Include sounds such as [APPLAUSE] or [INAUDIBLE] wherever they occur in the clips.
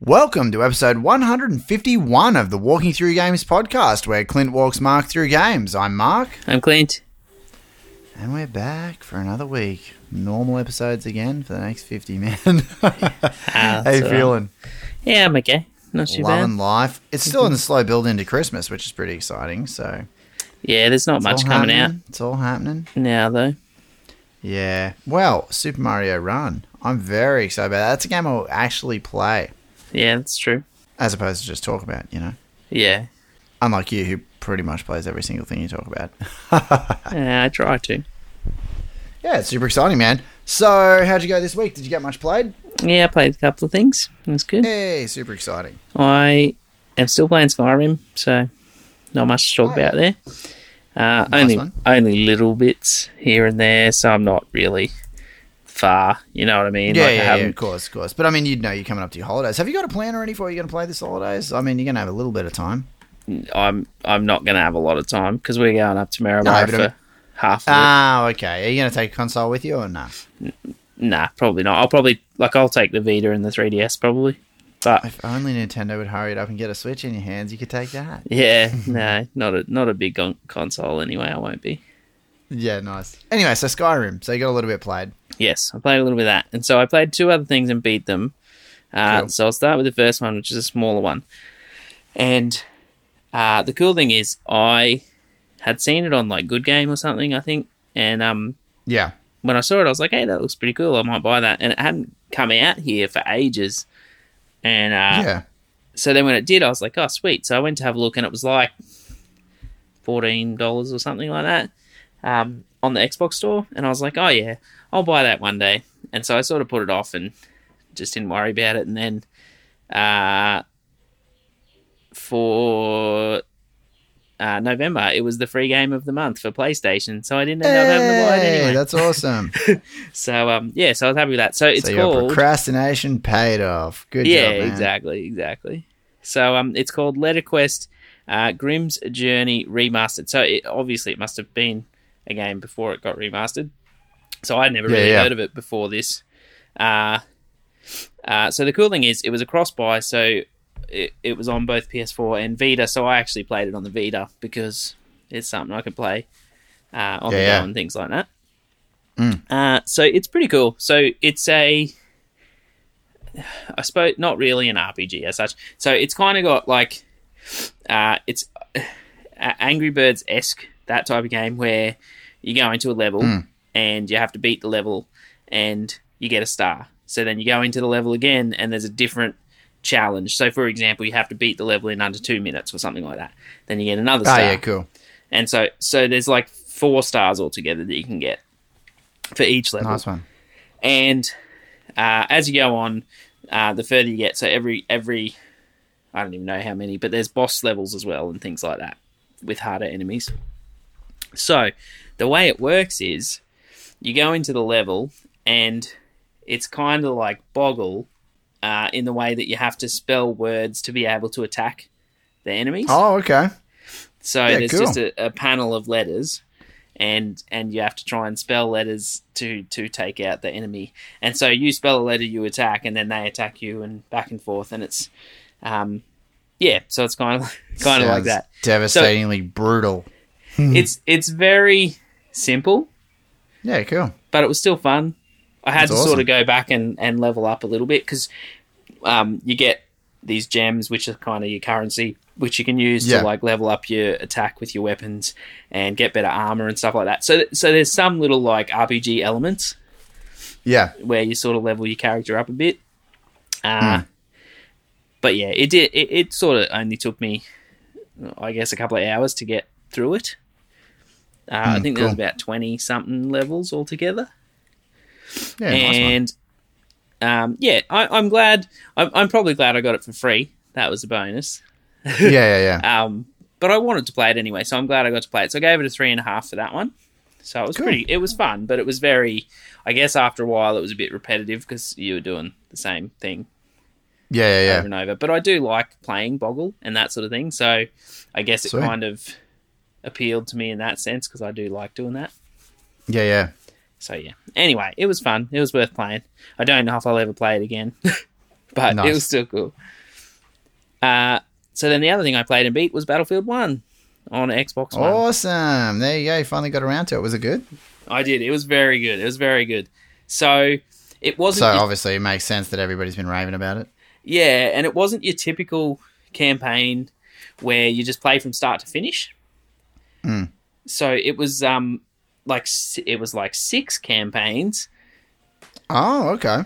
Welcome to episode 151 of the Walking Through Games podcast, where Clint walks Mark through games. I'm Mark, I'm Clint. and we're back for another week. Normal episodes again for the next 50, man. [LAUGHS] How you all right. feeling? Yeah, I'm okay. Not too Loving bad. life. It's still [LAUGHS] in the slow build into Christmas, which is pretty exciting. So Yeah, there's not it's much all coming happening. It's all happening. out now though. Yeah. Well, Super Mario Run. I'm very excited about that. That's a game I'll actually play, Yeah, that's true. as opposed to just talk about. You know, Yeah, unlike you, who pretty much plays every single thing you talk about. yeah Uh, I try to. Yeah, it's super exciting, man. So, how'd you go this week? Did you get much played? Yeah, I played a couple of things. That's good. Hey, super exciting. I am still playing Skyrim, so not much to talk Oh, yeah. about there. Nice Uh, only one. only little bits here and there, so I'm not really far. You know what I mean? yeah, Like, I yeah, yeah, haven't- of course, of course. But I mean, you'd know you're coming up to your holidays. Have you got a plan already for what you're going to play this holidays? I mean, you're going to have a little bit of time. I'm I'm not going to have a lot of time because we're going up to Maribor but I for mean- half. Of it. Oh, okay. Are you going to take a console with you or no? Nah, probably not. I'll probably like I'll take the Vita and the 3DS probably, but If only Nintendo would hurry it up and get a Switch in your hands, you could take that. [LAUGHS] yeah, no, not a not a big con- console anyway. I won't be. Yeah, nice. Anyway, so Skyrim. So you got a little bit played. Yes, I played a little bit of that, and so I played two other things and beat them. Uh, Cool. So I'll start with the first one, which is a smaller one. And uh, the cool thing is, I had seen it on like Good Game or something, I think, and um, Yeah. when I saw it, I was like, "Hey, that looks pretty cool. I might buy that." And it hadn't come out here for ages, and uh, yeah. so then when it did, I was like, oh, sweet. So I went to have a look, and it was like fourteen dollars or something like that um, on the Xbox store. And I was like, oh yeah, I'll buy that one day. And so I sort of put it off and just didn't worry about it. And then uh, for uh, November, it was the free game of the month for PlayStation, so I didn't end up having to buy Hey, it anyway. That's [LAUGHS] awesome. So um, yeah, so I was happy with that. So it's so your called procrastination paid off. Good yeah, job, man. exactly, exactly. So um, it's called Letter Quest, uh, Grimm's Journey remastered. So it, obviously it must have been a game before it got remastered. So I'd never Yeah, really yeah. heard of it before this. Uh, uh, so the cool thing is it was a cross buy, so it, it was on both PS4 and Vita. So I actually played it on the Vita because it's something I could play uh, on Yeah, the yeah. go and things like that. Mm. Uh, so it's pretty cool. So it's a I suppose not really an RPG as such. So it's kind of got like uh, it's uh, Angry Birds esque that type of game where you go into a level Hmm. and you have to beat the level and you get a star. So then you go into the level again and there's a different challenge. So for example, you have to beat the level in under two minutes or something like that. Then you get another Oh, star. yeah, cool. And so so there's like four stars altogether that you can get for each level Nice one. and uh, as you go on, uh, the further you get, so every every I don't even know how many, but there's boss levels as well and things like that with harder enemies. So the way it works is you go into the level and it's kind of like Boggle uh, in the way that you have to spell words to be able to attack the enemies. Oh, okay. So Yeah, there's cool. just a, a panel of letters, and and you have to try and spell letters to to take out the enemy. And so you spell a letter, you attack, and then they attack you, and back and forth. And it's, um, yeah. So it's kind of [LAUGHS] kind of like Sounds that. Devastatingly brutal. It's it's very simple, Yeah, cool. but it was still fun. I had That's to awesome. sort of go back and, and level up a little bit because um, you get these gems, which are kind of your currency, which you can use Yeah. to like level up your attack with your weapons and get better armor and stuff like that. So, so there's some little like RPG elements Yeah, where you sort of level your character up a bit. Uh, Hmm. But yeah, it did. It, it sort of only took me, I guess, a couple of hours to get through it. Uh, I Hmm, think there was cool. about twenty something levels altogether yeah, nice and um, yeah, I, I'm glad. I'm, I'm probably glad I got it for free. That was a bonus. one. yeah, [LAUGHS] yeah, yeah. Um, but I wanted to play it anyway, so I'm glad I got to play it. So I gave it a three and a half for that one. So it was Cool. pretty. It was fun, but it was very. I guess after a while, it was a bit repetitive because you were doing the same thing yeah, yeah, over yeah. and over. But I do like playing Boggle and that sort of thing. So I guess it Sweet. kind of appealed to me in that sense because I do like doing that. yeah, yeah. So yeah. Anyway, it was fun. It was worth playing. I don't know if I'll ever play it again. [LAUGHS] but it Nice. was still cool. Uh, so then the other thing I played and beat was Battlefield One on Xbox One. Oh. Awesome. There you go. You finally got around to it. Was it good? I did. It was very good. It was very good. So So it wasn't. your- obviously it makes sense that everybody's been raving about it. yeah, and it wasn't your typical campaign where you just play from start to finish. Mm. So it was um like s- it was like six campaigns. Oh, okay.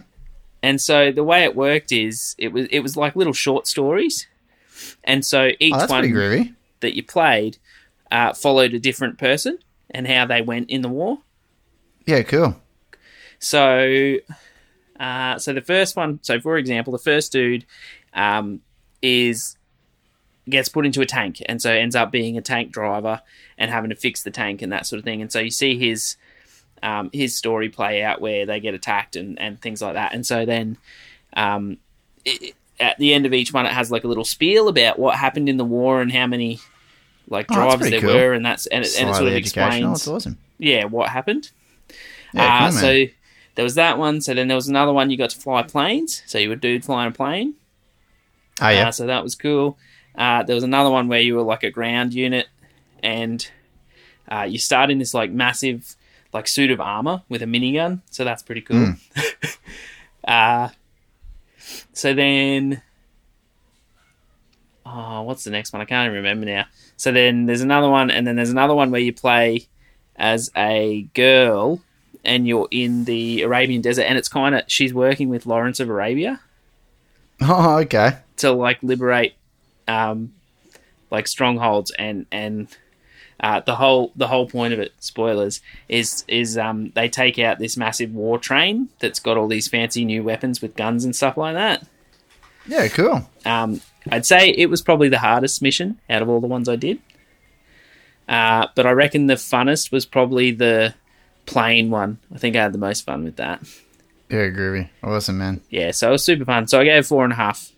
And so the way it worked is it was it was like little short stories, and so each Oh, that's one pretty groovy. that you played uh, followed a different person and how they went in the war. Yeah, cool. So, uh, so the first one, so for example, the first dude um, is gets put into a tank, and so ends up being a tank driver and having to fix the tank and that sort of thing. And so you see his um, his story play out where they get attacked and and things like that. And so then. Um, it, at the end of each one, it has like a little spiel about what happened in the war and how many like Oh, that's drivers pretty there cool. were, and that's and it, and it sort of Slightly educational. explains It's awesome. yeah, what happened. Yeah, uh, cool, so there was that one. So then there was another one you got to fly planes. So you were a dude flying a plane. Oh, Uh, yeah. so that was cool. Uh, there was another one where you were like a ground unit and uh, you start in this like massive like suit of armor with a minigun. So that's pretty cool. Hmm. [LAUGHS] uh, so then. Oh, what's the next one? I can't even remember now. So then there's another one, and then there's another one where you play as a girl and you're in the Arabian desert, and it's kind of she's working with Lawrence of Arabia [LAUGHS] Oh, okay. to like liberate um like strongholds and and uh, the whole the whole point of it spoilers is is um they take out this massive war train that's got all these fancy new weapons with guns and stuff like that Yeah, cool. um i'd say it was probably the hardest mission out of all the ones i did uh but i reckon the funnest was probably the plane one i think i had the most fun with that Yeah, groovy. Awesome, man. yeah so it was super fun so i gave four and a half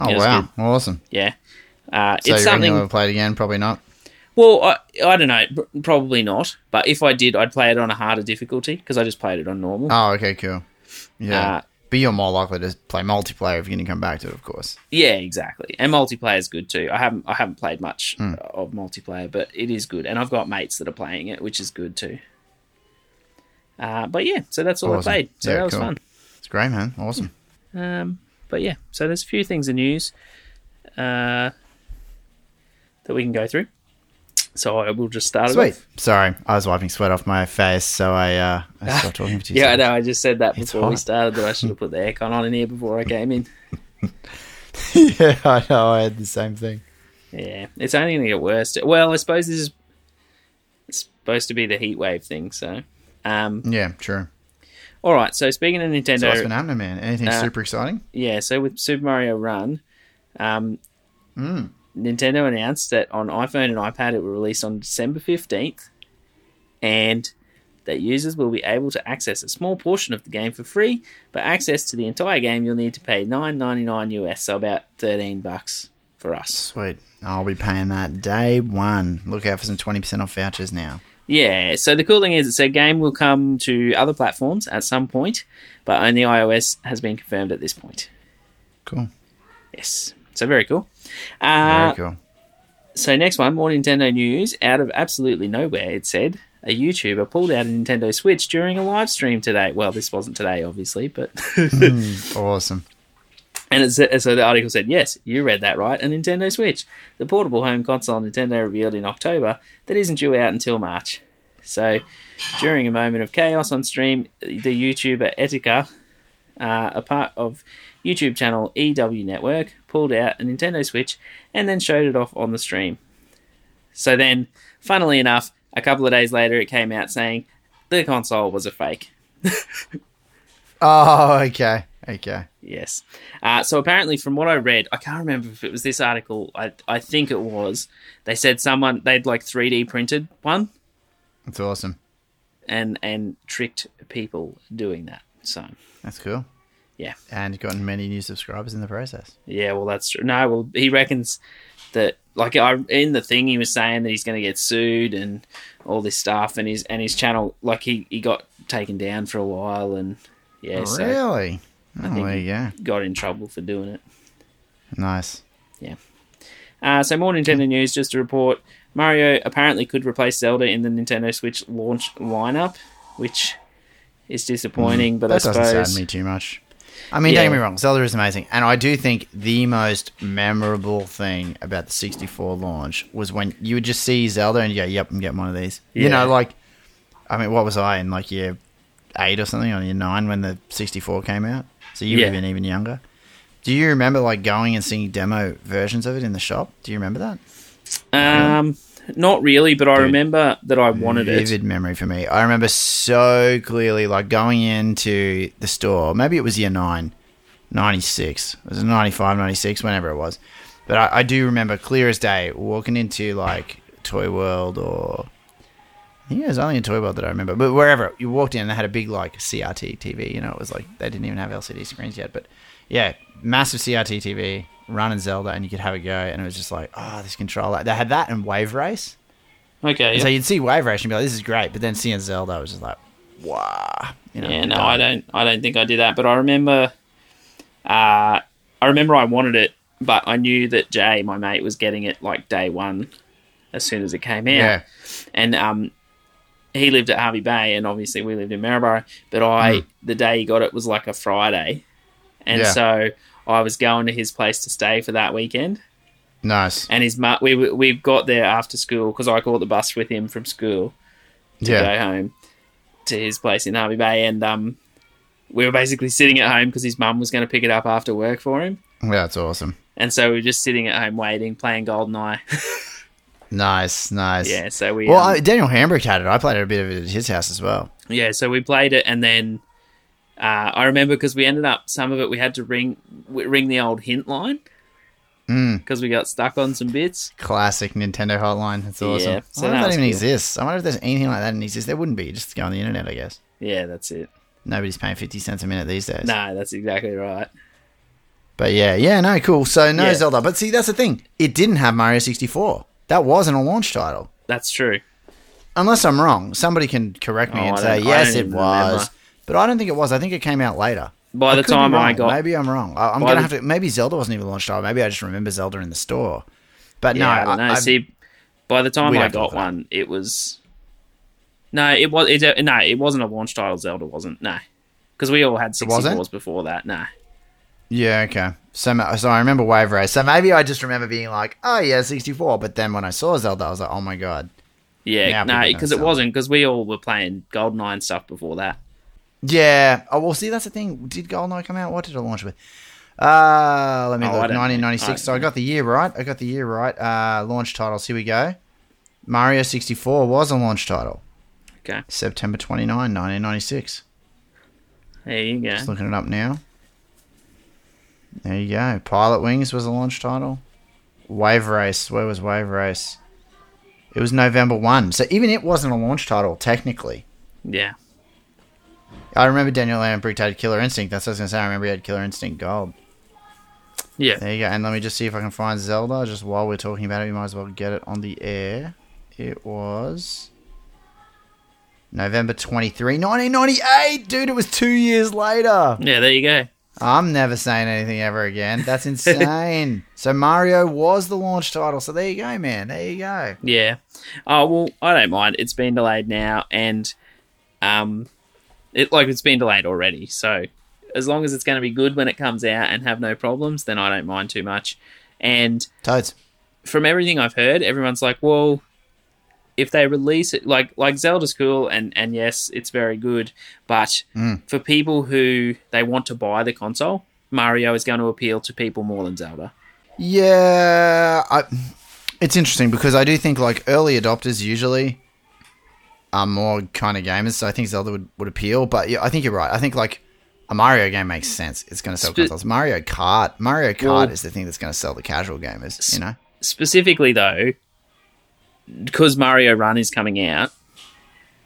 Oh, Yeah, it's wow. Awesome. yeah uh So it's you reckon something you'll ever play it again? Probably not. Well, I, I don't know. pr- Probably not. But if I did, I'd play it on a harder difficulty because I just played it on normal. Oh, okay, cool. Yeah. Uh, but you're more likely to play multiplayer if you're going to come back to it, of course. yeah, exactly. And multiplayer is good too. I haven't I haven't played much Hmm. of multiplayer, but it is good. And I've got mates that are playing it, which is good too. Uh, but yeah, so that's all Awesome. I played. So Yeah, that was cool. It's great, man. Awesome. fun. Um, but yeah, so there's a few things in news uh, that we can go through. So I will just start it. Sweet. off. Sorry, I was wiping sweat off my face, so I uh, [LAUGHS] I stopped talking for two Yeah, I seconds. know. I just said that It's before we hot. started that I should have put the aircon on in here before I came in. [LAUGHS] yeah, I know. I had the same thing. Yeah, it's only going to get worse. Well, I suppose this is it's supposed to be the heat wave thing. So, um, Yeah, true. all right. So speaking of So what's been Nintendo, happening, man? Anything Uh, super exciting? yeah. So with Super Mario Run, um, Hmm. Nintendo announced that on iPhone and iPad it will release on December fifteenth, and that users will be able to access a small portion of the game for free. But access to the entire game, you'll need to pay nine ninety nine US, so about thirteen bucks for us. Sweet. I'll be paying that day one. Look out for some twenty percent off vouchers now. Yeah, so the cool thing is, it said game will come to other platforms at some point, but only iOS has been confirmed at this point. Cool. Yes, so very cool. Very Uh, cool. So next one, more Nintendo news. Out of absolutely nowhere, it said a YouTuber pulled out a Nintendo Switch during a live stream today. Well, this wasn't today, obviously, but [LAUGHS] Awesome. And it's, so the article said, yes, you read that right, a Nintendo Switch, the portable home console Nintendo revealed in October that isn't due out until March. So during a moment of chaos on stream, the YouTuber Etika, uh, a part of YouTube channel EW Network, pulled out a Nintendo Switch and then showed it off on the stream. So then, funnily enough, a couple of days later, it came out saying the console was a fake. Oh, okay. Okay. Yes. Uh, so apparently, from what I read, I can't remember if it was this article. I I think it was. They said someone they'd like three D printed one That's awesome. and and tricked people doing that. So That's cool. Yeah. And gotten many new subscribers in the process. yeah, well that's true. No, well he reckons that like I in the thing he was saying that he's going to get sued and all this stuff and his and his channel like he he got taken down for a while and yeah so Oh, really? I Oh, think there you go. got in trouble for doing it. Nice. Uh, so more Hmm. Nintendo news, just to report, Mario apparently could replace Zelda in the Nintendo Switch launch lineup, which is disappointing. But I Hmm. that doesn't suppose sadden me too much. I mean, Yeah. don't get me wrong, Zelda is amazing, and I do think the most memorable thing about the 64 launch was when you would just see Zelda and you go, "Yep, I'm getting one of these." You Yeah. know, like, I mean, what was I in like year eight or something, or year nine when the 64 came out? So you would have Yeah. been even younger. Do you remember like going and seeing demo versions of it in the shop? Do you remember that? um, not really. But I remember that I wanted it. vivid memory for me. I remember so clearly, like going into the store. Maybe it was year nine, 96. It was 95, 96, whenever it was. But I, I do remember clear as day walking into like Toy World or. I think it was only in Toy World that I remember, but wherever you walked in, and they had a big like CRT TV. You know, it was like they didn't even have LCD screens yet, but yeah, massive CRT TV, running Zelda, and you could have a go. And it was just like, oh, this controller. They had that and Wave Race. Okay. So yeah. you'd see Wave Race and be like, "This is great," but then seeing Zelda, I was just like, "Wow!" You know, yeah, no, done. I don't. I don't think I did that. But I remember, uh, I remember I wanted it, but I knew that Jay, my mate, was getting it like day one, as soon as it came out. Yeah, and um, he lived at Harvey Bay, and obviously we lived in Maryborough. But I, Mm. the day he got it was like a Friday, and Yeah. so I was going to his place to stay for that weekend. nice. And his mum, we we got there after school because I caught the bus with him from school to Yeah, go home to his place in Harvey Bay, and um, we were basically sitting at home because his mum was going to pick it up after work for him. yeah, that's awesome. And so we were just sitting at home waiting, playing GoldenEye. [LAUGHS] Nice, nice. yeah, so we. Well, um, I, Daniel Hambrick had it. I played it a bit of it at his house as well. Yeah, so we played it, and then uh, I remember because we ended up some of it we had to ring w- ring the old hint line Mm, because we got stuck on some bits. classic Nintendo hotline. That's awesome. Yeah, so I wonder if that that was even cool. exists. I wonder if there's anything like that in exists. There wouldn't be. You Just go on the internet, I guess. Yeah, that's it. Nobody's paying fifty cents a minute these days. No, that's exactly right. But yeah, yeah, no, cool. So no Yeah. Zelda. But see, that's the thing. It didn't have Mario sixty four. That wasn't a launch title. That's true. unless I'm wrong, somebody can correct me Oh, and I say don't- I yes, don't it even was. remember. But I don't think it was. I think it came out later. By the could be time I wrong. got- maybe I'm wrong. I, I'm By gonna the- have to. Maybe Zelda wasn't even launched. Oh, Maybe I just remember Zelda in the store. But Yeah, no, I don't know. I- See, by the time We'd I have to look got it up. one, it was no, it was it, no, it wasn't a launch title. Zelda wasn't no, because we all had sixty wasn't? fours before that. No, yeah, okay. So, ma- so I remember Wave Race. So maybe I just remember being like, oh yeah, 64. But then when I saw Zelda, I was like, oh my god. yeah, Now no, people know because it Zelda. wasn't because we all were playing Goldeneye and stuff before that. Yeah. Oh well, see that's the thing. Did Goldeneye come out? What did it launch with? Uh let me Oh, I look. don't know. Nineteen ninety six. I- So I got the year right. I got the year right. Uh, launch titles. Here we go. Mario sixty four was a launch title. Okay, September 29, 1996. there you go. Just looking it up now. There you go. Pilot Wings was a launch title. Wave Race. Where was Wave Race? It was November 1. So even it wasn't a launch title, technically. Yeah, I remember Daniel Lambricht had Killer Instinct. That's what I was going to say. I remember he had Killer Instinct Gold. yeah. There you go. And let me just see if I can find Zelda. Just while we're talking about it, we might as well get it on the air. It was November 23, 1998. Dude, it was two years later. Yeah, there you go. I'm never saying anything ever again. That's insane. so Mario was the launch title. So there you go, man. There you go. Yeah. Oh well, I don't mind. It's been delayed now, and um, it like it's been delayed already. So as long as it's going to be good when it comes out and have no problems, then I don't mind too much. And Toads. from everything I've heard, everyone's like, well, if they release it, like like Zelda's cool, and and yes, it's very good, but Mm. for people who they want to buy the console, Mario is going to appeal to people more than Zelda. Yeah, I, it's interesting because I do think like early adopters usually are more kind of gamers, so I think Zelda would, would appeal. But yeah, I think you're right. I think like a Mario game makes sense. It's going to sell Spe- consoles. Mario Kart, Mario Kart Well- is the thing that's going to sell the casual gamers. You know, specifically though, because Mario Run is coming out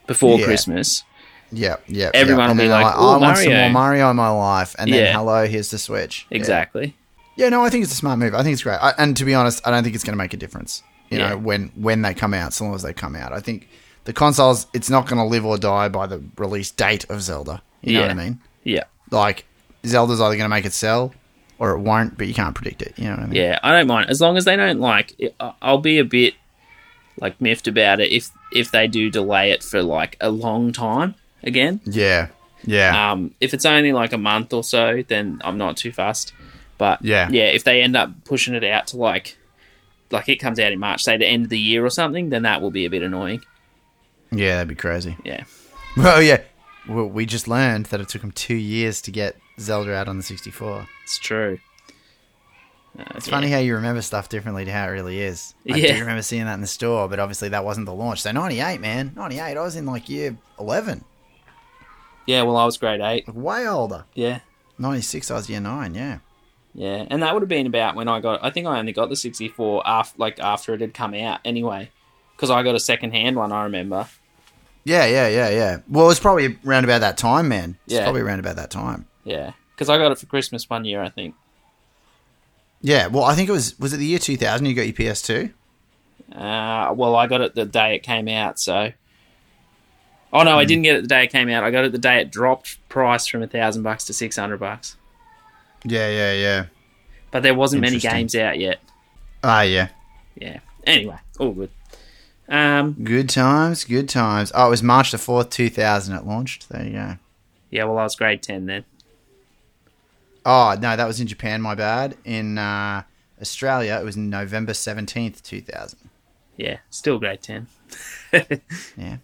before Yeah. Christmas. yeah, yeah. Everyone yeah. will And be then "Oh, like, I "Ooh, want some more Mario." Mario in my life," and then Yeah. hello, here's the Switch. Yeah. Exactly. Yeah, no, I think it's a smart move. I think it's great. I, and to be honest, I don't think it's going to make a difference. You Yeah. know, when when they come out, so long as they come out, I think the consoles it's not going to live or die by the release date of Zelda. You know what I Yeah. mean? Yeah. Like Zelda's either going to make it sell or it won't, but you can't predict it. You know what I mean? Yeah, I don't mind as long as they don't like. I- I'll be a bit like miffed about it if if they do delay it for like a long time again. Yeah. Yeah. Um, if it's only like a month or so, then I'm not too fussed. But Yeah. yeah, if they end up pushing it out to like like it comes out in March, say the end of the year or something, then that will be a bit annoying. yeah, that'd be crazy. [LAUGHS] Yeah. Well, yeah. Well, we just learned that it took them two years to get Zelda out on the 64. It's true. Uh, It's yeah. funny how you remember stuff differently to how it really is. I Yeah. do remember seeing that in the store, but obviously that wasn't the launch. So 98, man. 98, I was in like year 11, Yeah, well, I was grade eight. like way older. Yeah, 96, I was year 9, yeah. yeah, and that would have been about when I got. I think I only got the sixty four after, like after it had come out anyway, because I got a second hand one. I remember. Yeah, yeah, yeah, yeah. Well, it's probably around about that time, man. It's Yeah. probably around about that time. Yeah, because I got it for Christmas one year. I think. Yeah, well, I think it was was it the year 2000 you got your PS2? Uh, well, I got it the day it came out. So. Oh no, I didn't get it the day it came out. I got it the day it dropped price from a thousand bucks to six hundred bucks. Yeah, yeah, yeah. But there wasn't many Interesting. games out yet. Ah, yeah. Yeah. Anyway, all good. Um. Good times, good times. Oh, it was March the 4th, 2000 it launched. There you go. Yeah. Well, I was grade ten then. Oh, no, that was in Japan, my bad. In uh, Australia, it was November 17th, 2000. Yeah. Still grade ten. Yeah,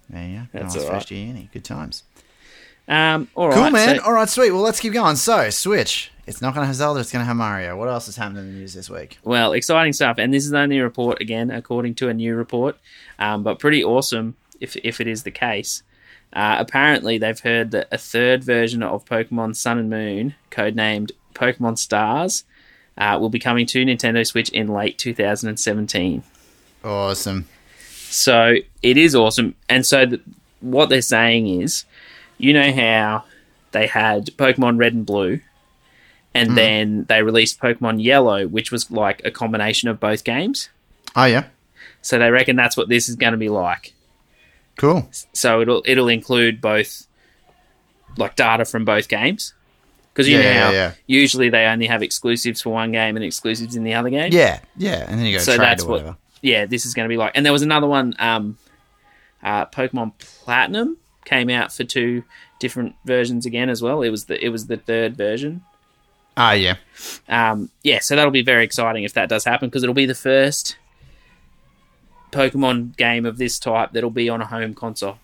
there you go. That's nice all first right. year uni. Good times. Um. All right. Cool, man. so- all right, sweet. Well, let's keep going. So, Switch. It's not going to have Zelda, it's going to have Mario. What else has happened in the news this week? Well, exciting stuff. And this is only a report, again, according to a new report, um, but pretty awesome if, if it is the case. Uh, apparently, they've heard that a third version of Pokemon Sun and Moon, codenamed Pokemon Stars, uh, will be coming to Nintendo Switch in late 2017. Awesome. So it is awesome. And so th- what they're saying is, you know how they had Pokemon Red and Blue, and Hmm. then they released Pokemon Yellow, which was like a combination of both games. Oh, yeah. So they reckon that's what this is going to be like. Cool. So it'll it'll include both like data from both games because you Yeah, know yeah, how yeah. usually they only have exclusives for one game and exclusives in the other game. Yeah, yeah. And then you go So trade that's or what- whatever. yeah, this is going to be like. And there was another one, um, uh, Pokemon Platinum came out for two different versions again as well. It was the it was the third version. Ah, yeah. Um, yeah, so that'll be very exciting if that does happen because it'll be the first Pokemon game of this type that'll be on a home console.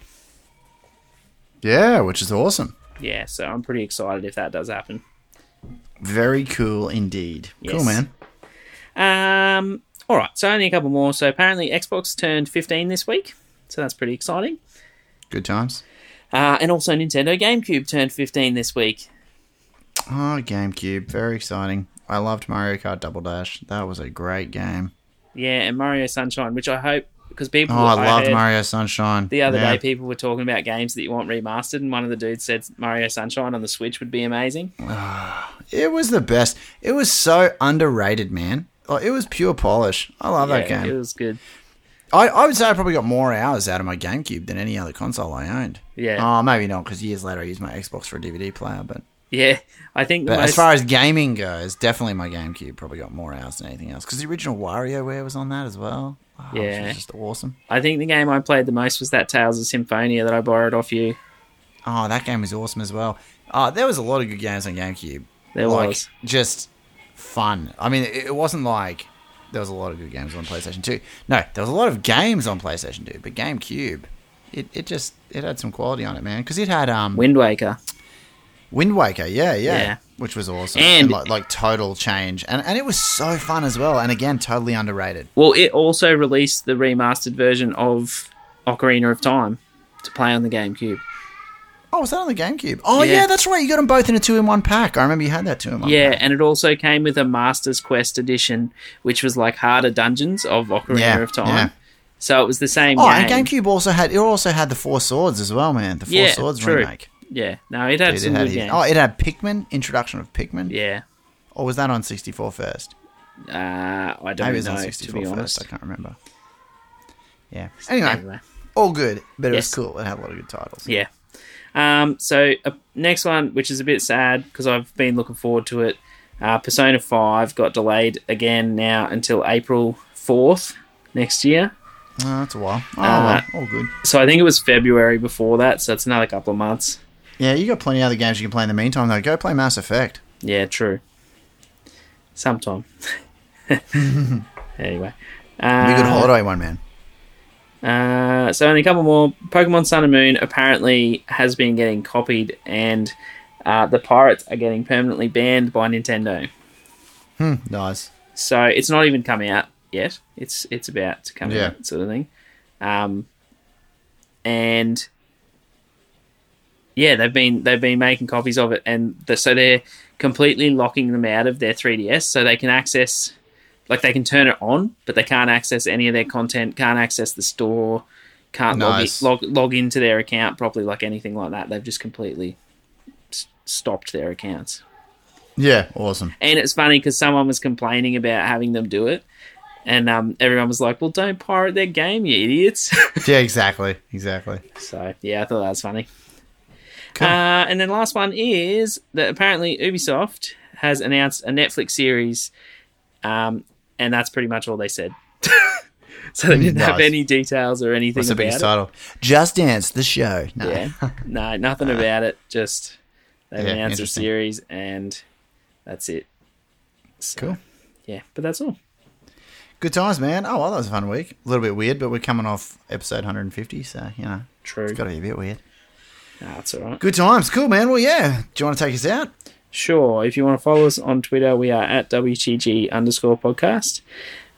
Yeah, which is awesome. Yeah, so I'm pretty excited if that does happen. Very cool indeed. Cool, Yes. man. Um, all right, so only a couple more. So apparently Xbox turned 15 this week, so that's pretty exciting. Good times. Uh, and also Nintendo GameCube turned 15 this week. Oh, GameCube. Very exciting. I loved Mario Kart Double Dash. That was a great game. Yeah, and Mario Sunshine, which I hope because people. Oh, I love loved Mario Sunshine. The other Yeah. day, people were talking about games that you want remastered, and one of the dudes said Mario Sunshine on the Switch would be amazing. It was the best. It was so underrated, man. Like, it was pure polish. I love that Yeah, it game. was good. I, I would say I probably got more hours out of my GameCube than any other console I owned. Yeah, Oh, maybe not, because years later I used my Xbox for a DVD player. But, yeah. I think the but as most, far as gaming goes, definitely my GameCube probably got more hours than anything else. Because the original WarioWare was on that as well. Oh, which Yeah. was just awesome. I think the game I played the most was that Tales of Symphonia that I borrowed off you. Oh, that game was awesome as well. Oh, there was a lot of good games on GameCube. There like, was. just fun. I mean, it, it wasn't like there was a lot of good games on PlayStation Two. No, there was a lot of games on PlayStation Two, but GameCube, it, it just it had some quality on it, man. Because it had um Wind Waker. Wind Waker, yeah, yeah, Yeah. which was awesome, And- like, like total change, and and it was so fun as well, and again, totally underrated. Well, it also released the remastered version of Ocarina of Time to play on the GameCube. Oh, was that on the GameCube? Oh yeah, Yeah. that's right. You got them both in a two in one pack. I remember you had that two in one. Yeah, and it also came with a Master's Quest edition, which was like harder dungeons of Ocarina Yeah, of Time. yeah. So it was the same Oh, game. and GameCube also had it also had the Four Swords as well, man. The Four Yeah, Swords true. remake. Yeah, no, it had Dude, some it had good his- games. oh, it had Pikmin introduction of Pikmin, yeah, or was that on 64 first? uh, I don't Maybe it was know on to be 64 honest. first. I can't remember. Yeah. Anyway, all good, but it Yes. was cool. It had a lot of good titles. yeah. Um, so uh, next one, which is a bit sad because I've been looking forward to it. Uh, Persona Five got delayed again now until April fourth next year. Oh, that's a while. Oh, Uh, well, all good. So I think it was February before that. So it's another couple of months. Yeah, you got plenty of other games you can play in the meantime, though. Go play Mass Effect. Yeah, true. Sometime. anyway. Uh, Be a good holiday one, [LAUGHS] man. Uh, so only a couple more. Pokemon Sun and Moon apparently has been getting copied, and uh, the pirates are getting permanently banned by Nintendo. Hmm, nice. So it's not even come out yet. It's it's about to come Yeah. out, sort of thing. Um, and yeah, they've been they've been making copies of it, and the, so they're completely locking them out of their 3DS, so they can access, like they can turn it on, but they can't access any of their content, can't access the store, can't Nice. log, in, log log into their account properly, like anything like that. They've just completely s- stopped their accounts. Yeah, awesome. And it's funny because someone was complaining about having them do it, and um, everyone was like, "Well, don't pirate their game, you [LAUGHS] idiots." Yeah, exactly. Exactly. so yeah, I thought that was funny. Cool. Uh, and then last one is that apparently Ubisoft has announced a Netflix series, um, and that's pretty much all they said. [LAUGHS] so they didn't have Nice. any details or anything What's the about biggest it. title? Just Dance, the show. No. Yeah, [LAUGHS] no, nothing about it. Just they've Uh, Yeah, announced a interesting. series, and that's it. So, Cool. Yeah, but that's all. Good times, man. Oh, well, that was a fun week. A little bit weird, but we're coming off episode 150, so, you know, True. it's got to be a bit weird. Nah, Ah, that's all right. Good times. Cool, man. Well, yeah. Do you want to take us out? Sure. If you want to follow us on Twitter, we are at WTG underscore podcast.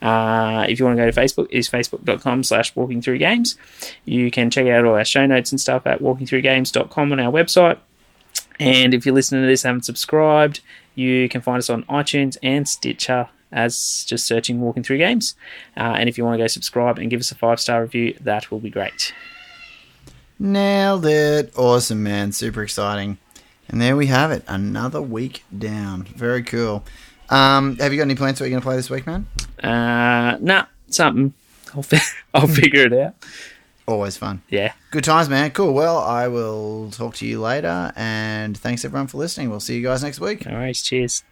Uh, if you want to go to Facebook, it's facebook.com slash walking through games. You can check out all our show notes and stuff at walkingthroughgames.com on our website. And if you're listening to this and haven't subscribed, you can find us on iTunes and Stitcher as just searching Walking Through Games. Uh, and if you want to go subscribe and give us a five star review, that will be great. Nailed it. Awesome, man. Super exciting. And there we have it. Another week down. Very cool. Um, have you got any plans for what you're going to play this week, man? Uh, nah, something. I'll, fi- [LAUGHS] I'll figure it out. Always fun. Yeah. Good times, man. Cool. Well, I will talk to you later. And thanks, everyone, for listening. We'll see you guys next week. All right. Cheers.